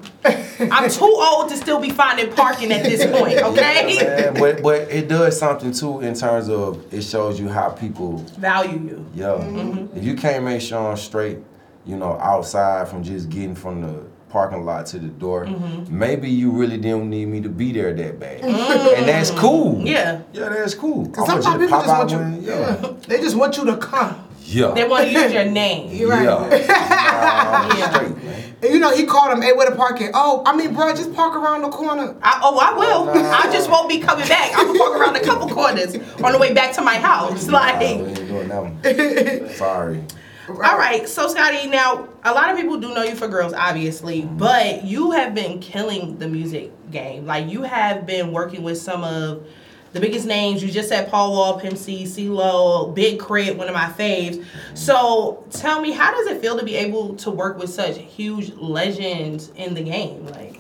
S3: I'm too old to still be finding parking at this point. Okay.
S4: Man, but but it does something too in terms of it shows you how people.
S3: Value you.
S4: Yeah,
S3: Mm-hmm.
S4: if you can't make sure I'm straight, you know, outside from just getting from the parking lot to the door,
S3: Mm-hmm.
S4: maybe you really didn't need me to be there that bad, and that's cool.
S3: Mm. Yeah.
S4: yeah, that's cool. I want
S2: Sometimes
S4: you to
S2: people
S4: pop
S2: just
S4: out
S2: want you.
S4: when-
S2: yeah. They just want you to come.
S4: Yeah.
S3: They want to use your name.
S2: You're right.
S4: Yeah.
S3: Yeah.
S4: Straight, man.
S2: And you know, he called him, hey, where the parking? Oh, I mean, bro, just park around the corner.
S3: I, oh, I will. I just won't be coming back. I'm gonna walk around a couple corners on the way back to my house.
S4: Nah, we
S3: Like,
S4: ain't doing that one. Sorry.
S3: all right. So Scotty, now a lot of people do know you for girls, obviously,
S2: Mm-hmm.
S3: but you have been killing the music game. Like, you have been working with some of the biggest names. You just said Paul Wall, Pimp C, CeeLo, Big Crit, one of my faves.
S2: Mm-hmm.
S3: So tell me, how does it feel to be able to work with such huge legends in the game? Like,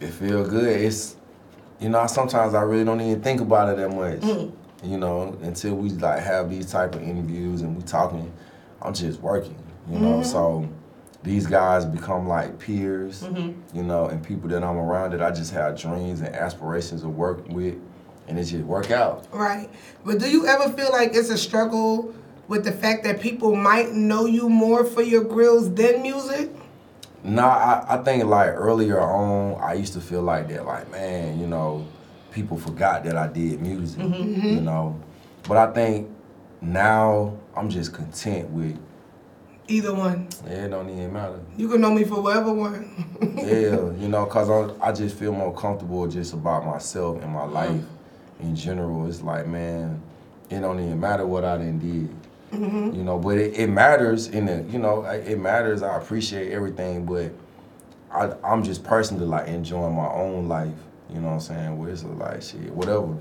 S4: It feel good. It's you know sometimes I really don't even think about it that much. You know until we like have these type of interviews and we talking. I'm just working. You know so these guys become like peers. You know and people that I'm around that I just have dreams and aspirations of work with, and it just work out.
S2: Right. But do you ever feel like it's a struggle with the fact that people might know you more for your grills than music?
S4: No, I, I think like earlier on, I used to feel like that, like man, you know, people forgot that I did music, you know. But I think now I'm just content with
S2: Either one.
S4: yeah, it don't even matter.
S2: You can know me for whatever one.
S4: yeah, you know, cause I I just feel more comfortable just about myself and my life in general. It's like man, it don't even matter what I done did, you know. But it, it matters in the you know I- it matters. I appreciate everything, but I I'm just personally like enjoying my own life. You know what I'm saying? Where it's like shit, whatever,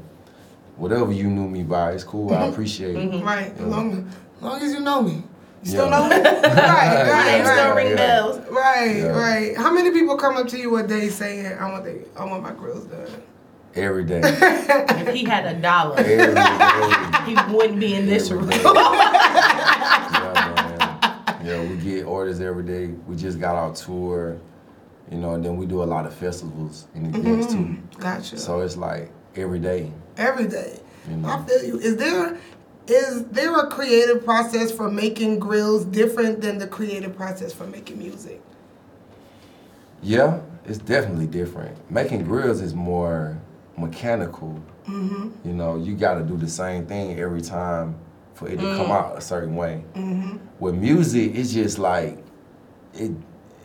S4: whatever you knew me by, it's cool. I appreciate it.
S2: right. As long, as long as you know me. You still
S4: Yeah.
S2: know me? right,
S3: I
S2: right,
S4: Yeah,
S3: still
S2: right.
S3: ring
S4: yeah.
S3: bells.
S2: Right,
S4: Yeah.
S2: right. How many people come up to you a day saying, I want the, I want my grills done?
S4: every day. Every-
S3: If he had a dollar.
S4: every day.
S3: he wouldn't be in this
S4: Every
S3: room.
S4: day. yeah, man. Yeah, we get orders every day. We just got our tour, you know, and then we do a lot of festivals and events
S2: Mm-hmm. Gotcha.
S4: too. So it's like every day.
S2: every day.
S4: Mhm.
S2: I feel you. Is there is there a creative process for making grills different than the creative process for making music?
S4: Yeah, it's definitely different. Making grills is more mechanical.
S2: Mm-hmm.
S4: You know, you got to do the same thing every time for it to
S2: Mm.
S4: come out a certain way.
S2: Mm-hmm.
S4: With music, it's just like it.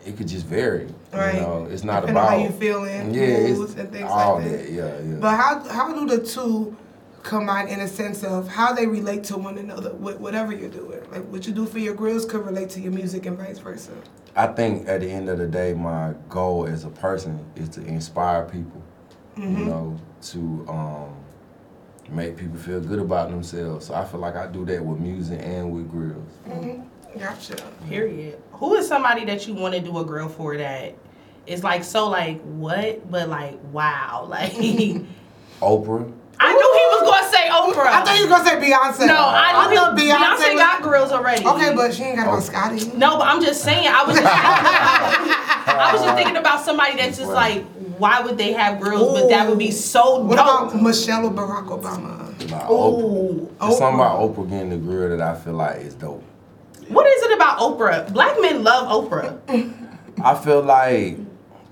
S4: It could just vary.
S2: Right.
S4: You know, it's not
S2: Depending on
S4: about
S2: how you feeling,
S4: Yeah, it's
S2: moods and things
S4: all
S2: like that.
S4: Yeah, yeah.
S2: But how how do the two come out in a sense of how they relate to one another? With whatever you're doing, like what you do for your grills could relate to your music and vice versa.
S4: I think at the end of the day, my goal as a person is to inspire people,
S2: Mm-hmm.
S4: you know, to um, make people feel good about themselves. So I feel like I do that with music and with grills.
S2: Gotcha.
S3: Period. Who is somebody that you want to do a grill for that is like so like what, but like wow, like I knew
S4: Oprah,
S3: he was gonna say Oprah.
S2: I thought you was gonna say Beyonce.
S3: no, I, knew
S2: thought
S3: Beyonce,
S2: was-
S3: got grills already.
S2: Okay, but she ain't
S4: Oh.
S2: got no Scotty.
S3: no, but I'm just saying. I was just thinking about, I was just thinking about somebody that's just like, why would they have grills? But that would be so
S2: What about
S3: dope.
S2: Michelle or Barack Obama?
S4: nah, Oprah.
S3: Ooh.
S4: There's something about Oprah getting the grill that I feel like is dope.
S3: What is it about Oprah? Black men love Oprah.
S4: I feel like,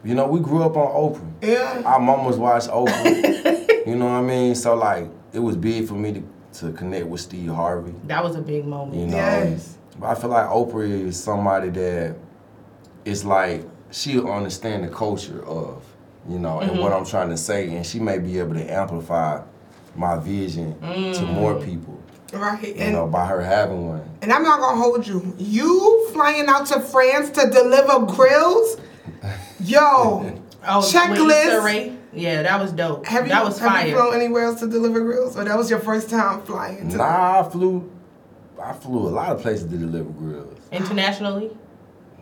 S4: you know, we grew up on Oprah.
S2: Yeah.
S4: Our mamas watched Oprah. you know what I mean? So like, it was big for me to, to connect with Steve Harvey.
S3: That was a big
S4: You
S3: moment.
S4: know,
S2: Yes.
S4: but I feel like Oprah is somebody that it's like she'll understand the culture of, you know, and
S2: Mm-hmm.
S4: what I'm trying to say, and she may be able to amplify my vision to
S2: Mm.
S4: more people,
S2: Right.
S4: you
S2: And
S4: know, by her having one.
S2: and I'm not gonna hold you. You flying out to France to deliver grills? Yo.
S3: Oh, with
S2: Checklist.
S3: Issa Rae? Yeah, that was dope.
S2: Have you,
S3: that was
S2: have
S3: fire.
S2: you flown anywhere else to deliver grills? Or that was your first time flying?
S4: Mm.
S2: To,
S4: Nah, I flew, I flew a lot of places to deliver grills.
S3: Internationally,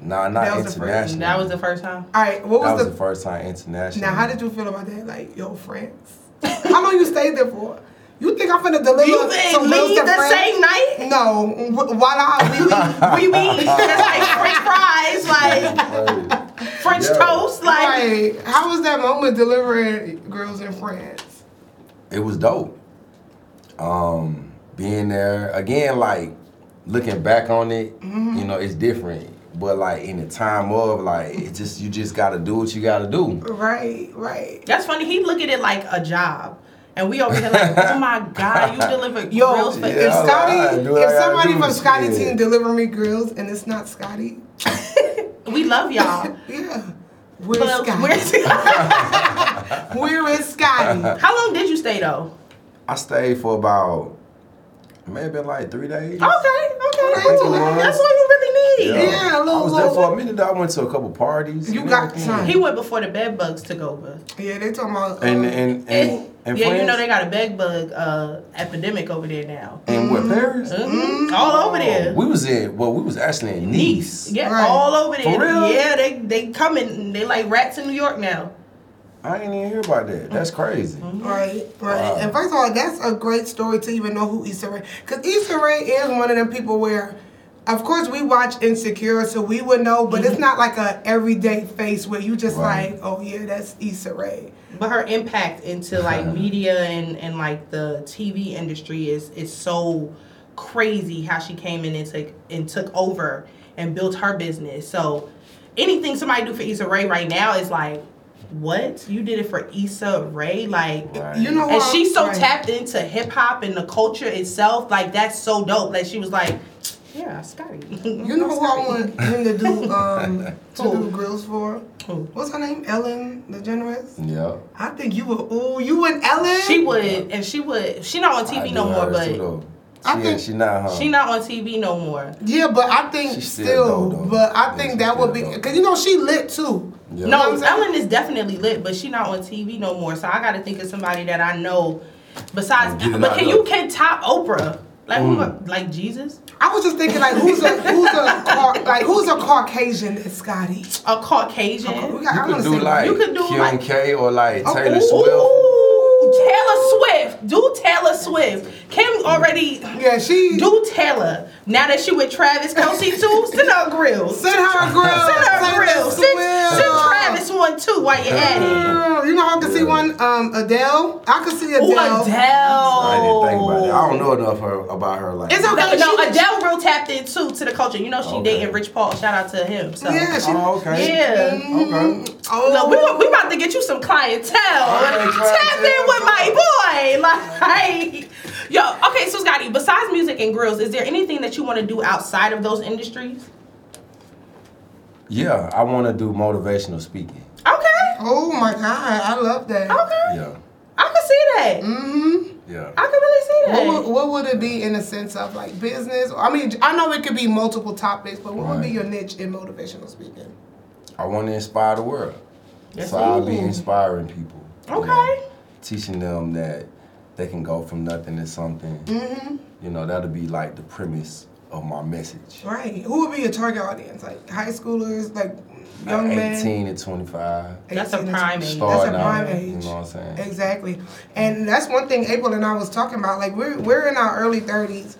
S4: Nah, not
S2: That was the first-
S4: international.
S3: that was the first time.
S2: All right, what was,
S4: That was
S2: the,
S4: the first time international.
S2: Now, how did you feel about that? Like, yo, France. how long you stayed there for? You think I'm finna deliver
S3: You
S2: some
S3: didn't
S2: grills
S3: leave
S2: to
S3: the
S2: France?
S3: same night?
S2: No, wh- while I
S3: We we that's like French fries, like French
S4: Yeah.
S3: toast, like
S2: we, like, how was that moment delivering grills in France?
S4: it was dope. Um, being there again, like looking back on it,
S2: Mm-hmm.
S4: you know, it's different. But like in the time of, like, it just you just gotta do what you gotta do.
S2: Right, right.
S3: that's funny. He look at it like a job, and we over here like, oh my god, you deliver
S2: Yo,
S3: grills for
S2: if
S4: Yeah, I'm like, I
S2: Scotty,
S4: do what I
S2: if
S4: gotta
S2: somebody
S4: do,
S2: from Scotty
S4: shit.
S2: team deliver me grills and it's not Scotty,
S3: We love y'all.
S2: yeah, where's
S3: Uh. But
S2: Scotty?
S3: where's-
S2: Where is Scotty?
S3: how long did you stay though?
S4: I stayed for about maybe like three days.
S3: Okay, okay,
S4: Thank you,
S3: cool.
S4: Lawrence.
S3: That's what you really need.
S2: Oh, Yeah, a little-
S4: I was there
S2: little-
S4: for a minute. I went to a couple parties.
S2: You
S4: and
S2: got
S4: everything.
S2: time.
S3: He went before the bed bugs took over.
S2: yeah, they talking about. uh,
S4: And and and, and
S3: yeah, you
S4: friends?
S3: know they got a bed bug uh, epidemic over there now.
S4: And what
S2: Mm-hmm.
S4: Paris?
S3: Mhm. All over there.
S4: We was in well, Oh, we was actually in Nice.
S3: Yeah,
S2: Right.
S3: all over there.
S4: For real?
S3: Yeah, they they coming. They like rats in New York now.
S4: I didn't even hear about that. That's crazy.
S2: Right, right.
S4: Wow.
S2: And first of all, that's a great story to even know who Issa Rae, because Issa Rae is one of them people where, of course, we watch Insecure, so we would know, but
S3: Mm-hmm.
S2: it's not like a everyday face where you just
S4: Right.
S2: like, oh yeah, that's Issa Rae.
S3: But her impact into like media and and like the TV industry is is so crazy how she came in and took and took over and built her business. So anything somebody do for Issa Rae right now is like, what you did it for Issa Rae? Like
S4: Right.
S2: You know,
S3: and
S2: who
S3: she's so
S2: right.
S3: tapped into hip hop and the culture itself. Like that's so dope. Like she was like, yeah, Scotty.
S2: You know who I want him to do um, to
S3: Who?
S2: do grills for?
S3: Who?
S2: What's her name? Ellen DeGeneres.
S4: Yeah.
S2: I think you would. Ooh, you and Ellen.
S3: She would, and she would. She not on
S4: I
S3: TV
S4: do
S3: no more,
S4: hers too,
S3: but
S4: though.
S2: I
S4: she,
S2: think-
S4: she not huh?
S3: she not on TV no more.
S2: Yeah, but I think
S4: She's
S2: still,
S4: still dope, though.
S2: but I
S4: Yeah,
S2: think
S4: she's
S2: that would be
S4: still dope.
S2: because you know she lit too.
S4: Yeah.
S2: what
S3: No,
S2: I'm saying?
S3: Ellen is definitely lit, but she not on TV no more. So I got to think of somebody that I know. Besides,
S4: Get it
S3: but
S4: out Mm.
S3: can
S4: there.
S3: you can top Oprah? Like who, like Jesus,
S2: I was just thinking, like, who's a who's a car, like who's a Caucasian that's Scotty?
S3: a Caucasian.
S4: You
S2: I wanna
S4: could do
S2: say-
S4: like
S3: You could do
S4: Kim
S3: like-
S4: K or like
S2: Oh,
S4: Taylor
S2: ooh,
S4: Swift.
S3: Ooh, Taylor Swift. Do Taylor Swift. Kim already.
S2: yeah, she
S3: Do Taylor. Now that she with Travis Kelsey too, send her grills.
S2: send her a grill.
S3: Send her a grill.
S2: this
S3: Send,
S2: grill.
S3: send Travis one too. too while you're at it.
S2: Girl, you know how I can see one? Um, Adele. I could see
S3: Ooh,
S2: Adele.
S4: I didn't think about it. I
S3: Adele.
S4: don't know enough her, about her like.
S2: It's okay.
S3: No,
S2: She-
S3: no, Adele real tapped in too to the culture. You know she
S4: Okay.
S3: dating Rich Paul. Shout out to him. So
S2: Yeah, she,
S4: Oh, okay.
S3: Yeah.
S4: Okay.
S2: oh,
S3: Look, we, gon- we about to get you some clientele. Tap
S4: right,
S3: in
S4: clientele.
S3: with my boy. Like, yo, okay, so Scotty, besides music and grills, is there anything that you want to do outside of those industries?
S4: Yeah, I want to do motivational speaking.
S3: Okay,
S2: oh my God, I love that. Mm-hmm.
S3: okay.
S4: Yeah,
S3: I can see that.
S2: Mm.
S4: yeah.
S3: I can really see that.
S2: What would, what would it be in the sense of like business? I mean, I know it could be multiple topics, but what would be
S4: Right.
S2: your niche in motivational speaking?
S4: I want to inspire the world.
S3: Yes,
S4: so I'll be
S3: ooh.
S4: inspiring people. you
S3: Okay.
S4: know, teaching them that they can go from nothing to something. Mm-hmm. You know, that'll be like the premise of my message.
S2: Right. Who would be your target audience? Like high schoolers, like young
S4: Like
S2: men.
S4: 18 to 25.
S3: That's a
S2: 18 to
S3: prime
S2: 20.
S3: age.
S4: Start
S2: That's a
S4: now,
S2: prime
S4: You
S2: age.
S4: know what I'm saying?
S2: Exactly. And that's one thing April and I was talking about. Like we're we're in our early thirties.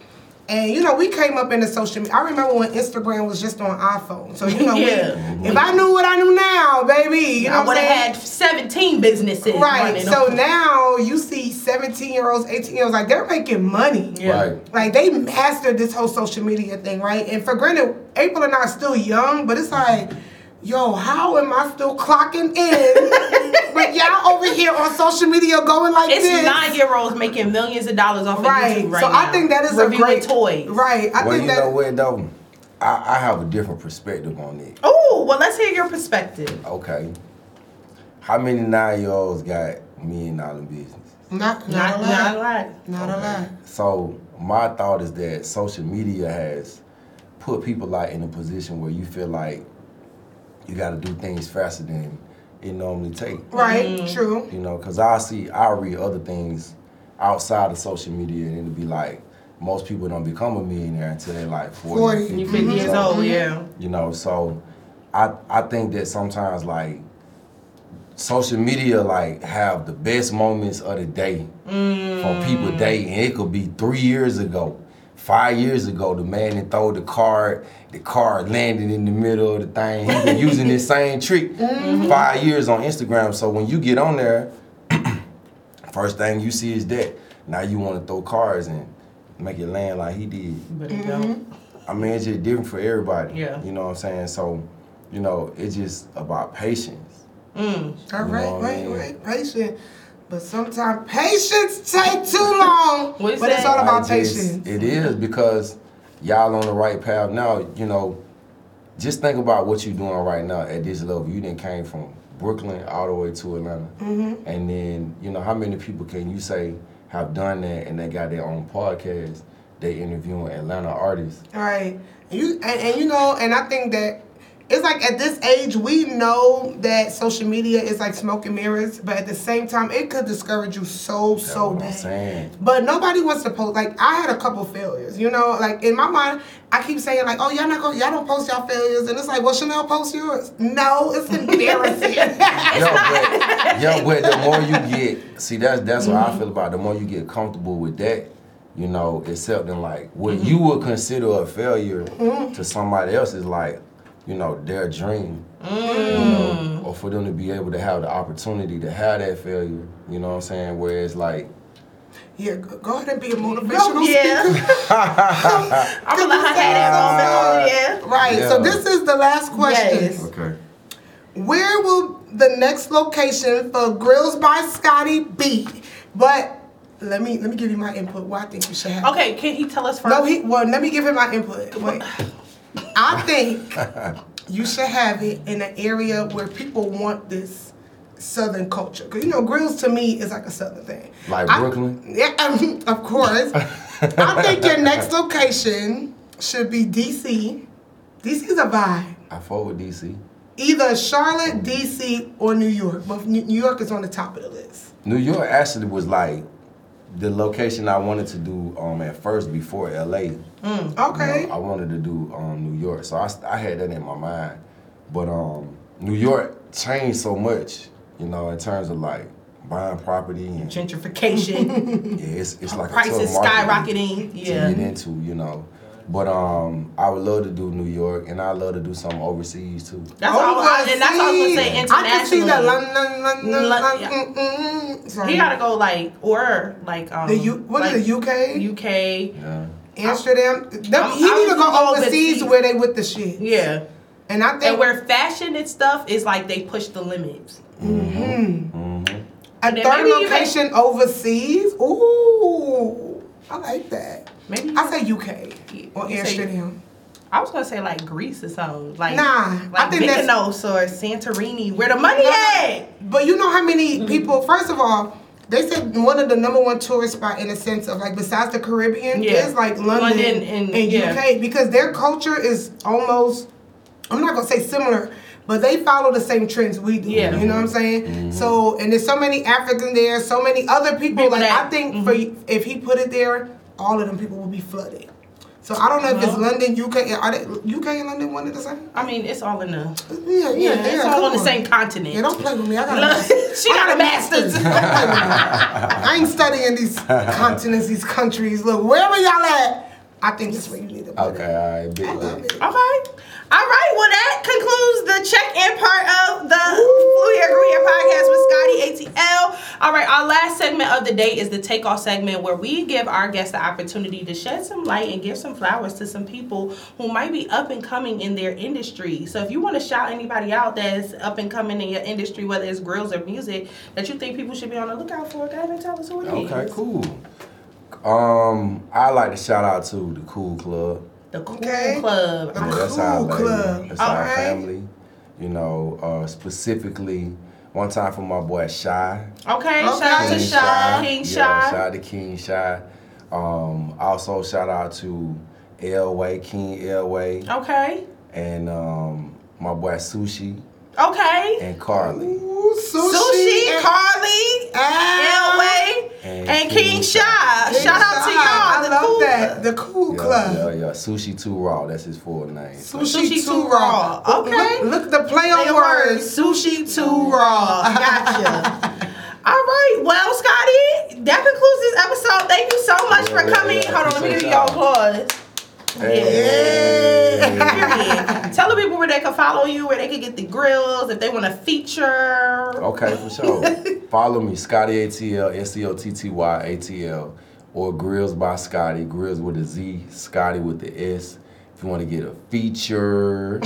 S2: And you know, we came up in the social media. I remember when Instagram was just on iPhone. So you know, we-
S3: Yeah.
S2: if I knew what I knew now, baby, you know
S3: I
S2: what
S3: would
S2: I'm
S3: have
S2: saying?
S3: had 17 businesses.
S2: Right.
S3: running
S2: So
S3: on-
S2: now you see 17 year olds, 18 year olds, like they're making money.
S3: Yeah.
S4: Right.
S2: Like they mastered this whole social media thing, right? And for granted, April and I are still young, but it's like, yo, how am I still clocking in? but y'all over here on social media going like
S3: It's
S2: this.
S3: nine year olds making millions of dollars off of
S2: right.
S3: YouTube right
S2: so
S3: now,
S2: I think that is a
S3: reviewing
S2: great
S3: toys.
S2: Right. I
S4: well,
S2: think
S4: you
S2: that
S4: know what, though? I, I have a different perspective on it.
S3: Oh, well, let's hear your perspective.
S4: Okay. How many nine year olds got million dollar business?
S2: not not
S3: Not,
S2: a
S3: not a
S2: lot.
S3: lot.
S2: Not a lot.
S4: So my thought is that social media has put people like in a position where you feel like you got to do things faster than it normally takes.
S2: Right,
S3: Mm-hmm.
S2: true.
S4: You know, because I see, I read other things outside of social media, and it'll be like most people don't become a millionaire until they're like 40,
S2: 40,
S4: 50
S3: You're 50 years
S2: Mm-hmm.
S3: old, yeah.
S4: you know so i i think that sometimes like social media like have the best moments of the day for people day and it could be three years ago five years ago the man that throw the card the card landed in the middle of the thing he been using this same trick five years on instagram so when you get on there first thing you see is that now you want to throw cards and make it land like he did
S3: But it don't.
S4: I mean, it's just different for everybody.
S3: Yeah.
S4: You know what I'm saying? So, you know, it's just about patience.
S2: Mm-hmm.
S3: Mm.
S2: All
S4: You
S2: right,
S4: know what I
S2: right,
S4: mean?
S2: right, patient. But sometimes patience take too long.
S3: What is
S2: but it's
S3: that?
S2: all about
S4: Like, just-
S2: patience.
S4: It is because y'all on the right path now. You know, just think about what you're doing right now at this level. You didn't came from Brooklyn all the way to Atlanta,
S2: Mm-hmm.
S4: and then you know how many people can you say have done that and they got their own podcast? They interviewing Atlanta artists.
S2: Right. You and, and you know, and I think that it's like at this age we know that social media is like smoke and mirrors, but at the same time it could discourage you so
S4: That's
S2: so
S4: what
S2: bad.
S4: I'm saying.
S2: But nobody wants to post. Like I had a couple failures, you know. Like in my mind, I keep saying like, "Oh, y'all not gonna, y'all don't post y'all failures," and it's like, "Well, Chanel post yours." No, it's embarrassing.
S4: Yo, but, yo, but the more you get, see, that's that's what I feel about. it. The more you get comfortable with that, you know, accepting like what you would consider a failure to somebody else is like, you know, their dream, you know, or for them to be able to have the opportunity to have that failure. You know what I'm saying? Where it's like,
S2: Yeah, go go ahead and be a motivational
S3: yeah.
S2: speaker.
S3: I'm gonna let her have that moment. oh, Yeah.
S2: Right. So
S4: Yeah.
S2: this is the last question.
S3: Yes.
S4: okay,
S2: Where will the next location for Grills by Scotty be? But let me let me give you my input. Why I think you should have. it.
S3: Okay, can he tell us first?
S2: No, he. Well, let me give him my input. Wait. I think you should have it in an area where people want this southern culture. Cause you know, grills to me is like a southern thing.
S4: Like
S2: I-
S4: Brooklyn?
S2: Yeah, um, of course. I think your next location should be DC. DC's a vibe.
S4: I fought with DC,
S2: Either Charlotte, DC, or New York. But New New York is on the top of the list.
S4: New York actually was like the location I wanted to do um at first before LA.
S2: Okay.
S4: You know, I wanted to do um, New York, so I, s- I had that in my mind. But um, New York changed so much, you know, in terms of like buying property and yeah,
S3: Gentrification,
S4: it's, it's like a tough
S3: prices
S4: market
S3: skyrocketing.
S4: to get
S3: Yeah.
S4: into, you know. But um, I would love to do New York, and I love to do something overseas too.
S3: That's all. I, and that's all I was gonna say.
S2: Overseas. I can Oh, see that.
S3: internationally.
S2: London, London,
S3: Lon-
S2: London.
S3: yeah.
S2: mm, mm, mm. Sorry.
S3: He gotta go like or like um
S2: The U- what is
S3: like,
S2: it, UK?
S3: UK.
S4: Yeah.
S2: Amsterdam. Them,
S3: I'm-
S2: he need to
S3: I was
S2: go
S3: gonna go
S2: overseas
S3: overseas.
S2: where they with the shit.
S3: Yeah.
S2: And I
S3: And
S2: think
S3: where fashion and stuff is like they push the limits.
S2: a
S4: Mm-hmm.
S3: then
S2: third
S3: maybe you may-
S2: location overseas. Ooh, I like that.
S3: Maybe you-
S2: I say UK or
S3: You say-
S2: Amsterdam.
S3: I was gonna say like Greece or something. Like
S2: Nah, I
S3: like
S2: think that's-
S3: Mykonos or Santorini, where the money at.
S2: But you know how
S3: Mm-hmm.
S2: many people? First of all, they said one of the number one tourist spot in a sense of like besides the Caribbean
S3: Yeah.
S2: is like London,
S3: London
S2: and,
S3: and- yeah.
S2: UK because their culture is almost. I'm not gonna say similar, but they follow the same trends we do.
S3: Yeah.
S2: You know what I'm saying? So and there's so many African there, so many other people.
S3: People
S2: like
S3: that- Mm-hmm.
S2: I think for if he put it there, all of them people will be flooded. So I don't know if it's
S3: Well-
S2: London, UK, are they, UK and London one at the same?
S3: I mean, it's all in the
S2: Yeah, yeah,
S3: yeah, it's all
S2: come
S3: on the same continent.
S2: yeah, don't play with me. I got a
S3: Look,
S2: master's.
S3: she
S2: I
S3: got a master's.
S2: Don't play with me. I ain't studying these continents, these countries. Look, wherever y'all at, I think that's where you need to put
S4: Okay,
S2: it.
S4: all right, big
S2: I love
S4: thing.
S2: it.
S3: Okay. All right. Well, that concludes the check-in part of the Blue Hair Green Hair podcast with Scotty ATL. All right. Our last segment of the day is the takeoff segment where we give our guests the opportunity to shed some light and give some flowers to some people who might be up and coming in their industry. So if you want to shout anybody out that's up and coming in your industry, whether it's grills or music, that you think people should be on the lookout for, go ahead and tell us who it is.
S4: Okay, cool. Um, I like to shout out to the Cool Club.
S3: The Cool
S2: Okay.
S3: Club.
S4: Yeah, that's our
S2: Cool
S4: baby.
S2: Club.
S4: That's our
S2: Alright.
S4: family. You know, uh, specifically, one time for my boy Shy.
S3: Okay. Shout out to
S2: Okay.
S3: Shy, King Shy.
S4: Yeah, shout out to King Shy. Um, also shout out to Elway, King Elway,
S3: Okay.
S4: and um, my boy Sushi
S3: Okay.
S4: and Carly.
S2: Ooh, sushi,
S3: Sushi,
S2: and-
S3: Carly,
S2: Ah,
S3: Elway,
S4: And
S3: and, King
S4: King
S3: Shy.
S2: Big
S3: Shout out to y'all.
S2: I
S3: the
S2: love
S3: cool-
S2: that. The Cool
S4: Yeah,
S2: Club.
S4: yeah, yeah. Sushi Too Raw. That's his full name.
S2: Sushi,
S3: Sushi
S2: too
S3: too
S2: raw.
S3: raw. Okay.
S2: Look, look the play
S3: Play
S2: on
S3: on
S2: words.
S3: Sushi too raw. Gotcha. All right. Well, Scotty, that concludes this episode. Thank you so much for
S4: Yeah,
S3: coming.
S4: yeah,
S3: Hold on, let me
S4: appreciate
S3: give y'all
S4: y'all.
S3: applause. Period. Tell the people where they can follow you, where they can get the grills, if they want to feature.
S4: Okay, for sure. Follow me, Scotty ATL, S C O T T Y A T L, or Grills by Scotty, Grills with a Z, Scotty with the S. If you want to get a feature,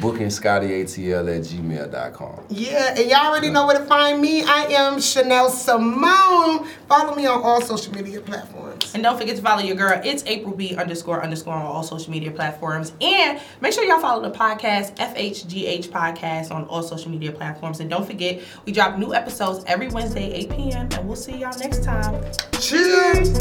S4: booking Scotty ATL at gmail.com.
S2: Yeah, and y'all already know where to find me. I am Chanel Simone. Follow me on all social media platforms.
S3: And don't forget to follow your girl. It's April B underscore underscore on all social media platforms. And make sure y'all follow the podcast, FHGH Podcast, on all social media platforms. And don't forget, we drop new episodes every Wednesday, 8 p.m. And we'll see y'all next time.
S2: Cheers.